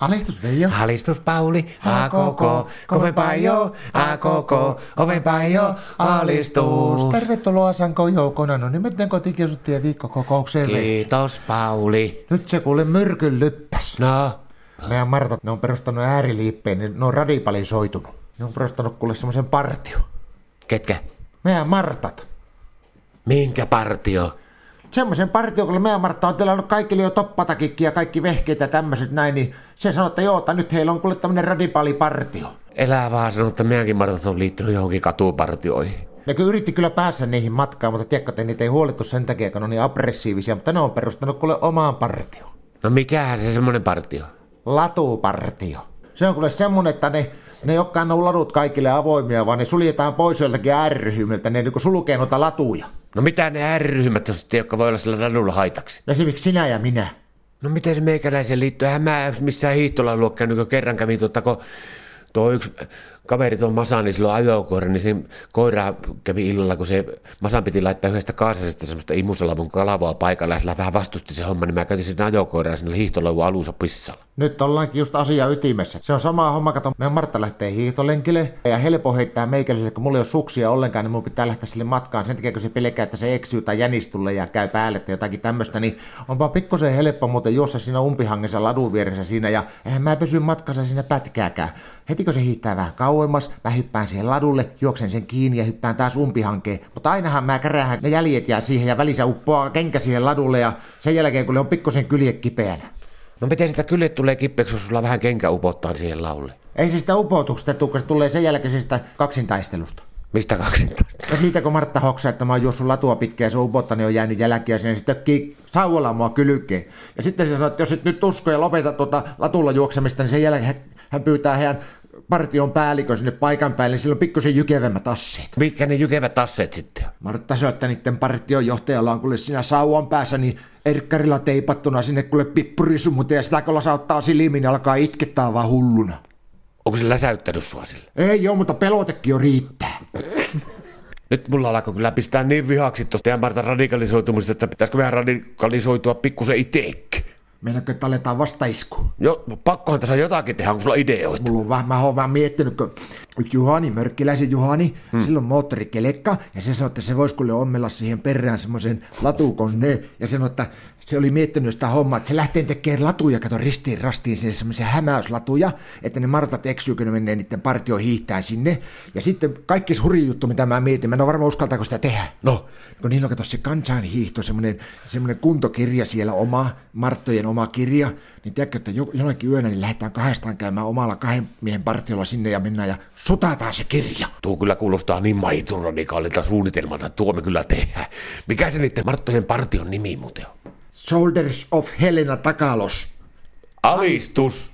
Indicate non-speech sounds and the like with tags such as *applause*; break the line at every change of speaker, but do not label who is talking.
Alistus Veijo.
Alistus Pauli, a koko, kovempaa jo, a koko, kovempaa jo, alistus.
Tervetuloa Sanko joukona, no nimittäin kotikiusuttiin viikkokokoukseen. Veijo.
Kiitos Pauli.
Nyt se kuule myrkyn lyppäs.
No,
Meidän Martat, ne on perustanut ääriliippeen, niin ne on radipalisoitunut. Ne on perustanut kuule semmoisen partio.
ketkä?
Meidän Martat.
Minkä partio?
Semmoisen partio, kun meidän Martta on tilannut kaikille jo toppatakikki ja kaikki vehkeitä ja tämmöiset näin, niin se sanoo, että joo, että nyt heillä on kuule tämmöinen radipalipartio.
Elää vaan sanoo, että meidänkin martat on liittynyt johonkin katupartioihin.
Ne kyllä yritti kyllä päästä niihin matkaan, mutta tiedätkö, että niitä ei huolittu sen takia, kun ne on niin aggressiivisia, mutta ne on perustanut kuule omaan partioon.
No mikähän se semmonen partio?
Latupartio. Se on kuule semmonen, että ne, ne ei olekaan nuo ladut kaikille avoimia, vaan ne suljetaan pois joiltakin ääriryhmiltä, ne niinku sulkee noita latuja.
No mitä ne ääriryhmät on sitten, jotka voi olla sillä radulla haitaksi?
Esimerkiksi sinä ja minä.
No miten se meikäläisen liittyy? Eihän mä missään hiihtolan luo käynyt, kun kerran kävin tuota, kun tuo yksi kaveri tuon Masan, niin silloin ajokoira, niin siinä koira kävi illalla, kun se Masan piti laittaa yhdestä kaasasesta semmoista imusalavun kalavoa paikalle, ja sillä vähän vastusti se homma, niin mä käytin sen ajokoiraa sinne hiihtolaivun alussa pissalla.
Nyt ollaankin just asia ytimessä. Se on sama homma, kato, meidän Martta lähtee hiihtolenkille ja helpo heittää meikäläiselle, kun mulla ei ole suksia ollenkaan, niin mun pitää lähteä sille matkaan. Sen takia, kun se pelkää, että se eksyy tai jänistulle ja käy päälle tai jotakin tämmöistä, niin onpa pikkusen helppo muuten juossa siinä umpihangessa ladun vieressä siinä ja eihän mä pysy matkassa siinä pätkääkään. Heti kun se hiittää vähän kauemmas, mä hyppään siihen ladulle, juoksen sen kiinni ja hyppään taas umpihankeen. Mutta ainahan mä kärähän ne jäljet jää siihen ja välissä uppoaa kenkä siihen ladulle ja sen jälkeen kun ne on pikkusen kylje kipeänä.
No miten sitä kyljet tulee kippeeksi, jos sulla vähän kenkä upottaa siihen laulle?
Ei se sitä upotuksesta tule, kun se tulee sen siis jälkeisestä kaksintaistelusta.
Mistä kaksi? *laughs*
Ja siitä kun Martta hoksaa, että mä oon juossut latua pitkään ja se upottanut on jäänyt jälkiä sinne, se tökkii sauvalla mua kylkeen. Ja sitten se sanoo, että jos et nyt usko ja lopeta tuota latulla juoksemista, niin sen jälkeen hän- hän pyytää heidän partion päällikön sinne paikan päälle, niin sillä on pikkusen jykevemmät asseet.
Mitkä ne jykevät tasseet sitten on?
Martta sanoi, että niiden partion johtajalla on kuule siinä sauvan päässä, niin erkkarilla teipattuna sinne kuule pippurisumute ja sitä kun lasauttaa silmiin, niin alkaa itkettää vaan hulluna.
Onko se läsäyttänyt sua sille?
Ei joo, mutta pelotekin jo riittää.
Nyt mulla alkoi kyllä pistää niin vihaksi tuosta ja Martan radikalisoitumisesta, että pitäisikö mehän radikalisoitua pikkusen itsekin.
Meinaatko, että aletaan vastaisku?
Jo, pakkohan tässä jotakin tehdä, onko sulla ideoita?
Mulla on vähän, mä oon vähän miettinyt, kun Juhani, mörkkiläisen Juhani, hmm. sillä on moottorikelekka, ja se sanoi, että se voisi kuule ommella siihen perään semmoisen latukon, ne, ja sanoi, että se oli miettinyt sitä hommaa, että se lähtee tekemään latuja, kato ristiin rastiin, sinne semmoisia hämäyslatuja, että ne martat eksyy, kun ne menee niiden partio hiihtää sinne, ja sitten kaikki se hurja juttu, mitä mä mietin, mä en ole varma uskaltaako sitä tehdä. niin
No,
Kun niillä on kato se kansainhiihto, semmoinen, semmoinen kuntokirja siellä oma, Marttojen oma kirja, niin tiedätkö, että jo, jonakin yönä niin lähdetään kahdestaan käymään omalla kahden miehen partiolla sinne ja mennään ja sutataan se kirja.
tuo kyllä kuulostaa niin maitun radikaalilta suunnitelmalta, että tuo me kyllä tehdään. Mikä se niiden Marttojen partion nimi muuten on?
Soldiers of Helena Takalos.
Alistus!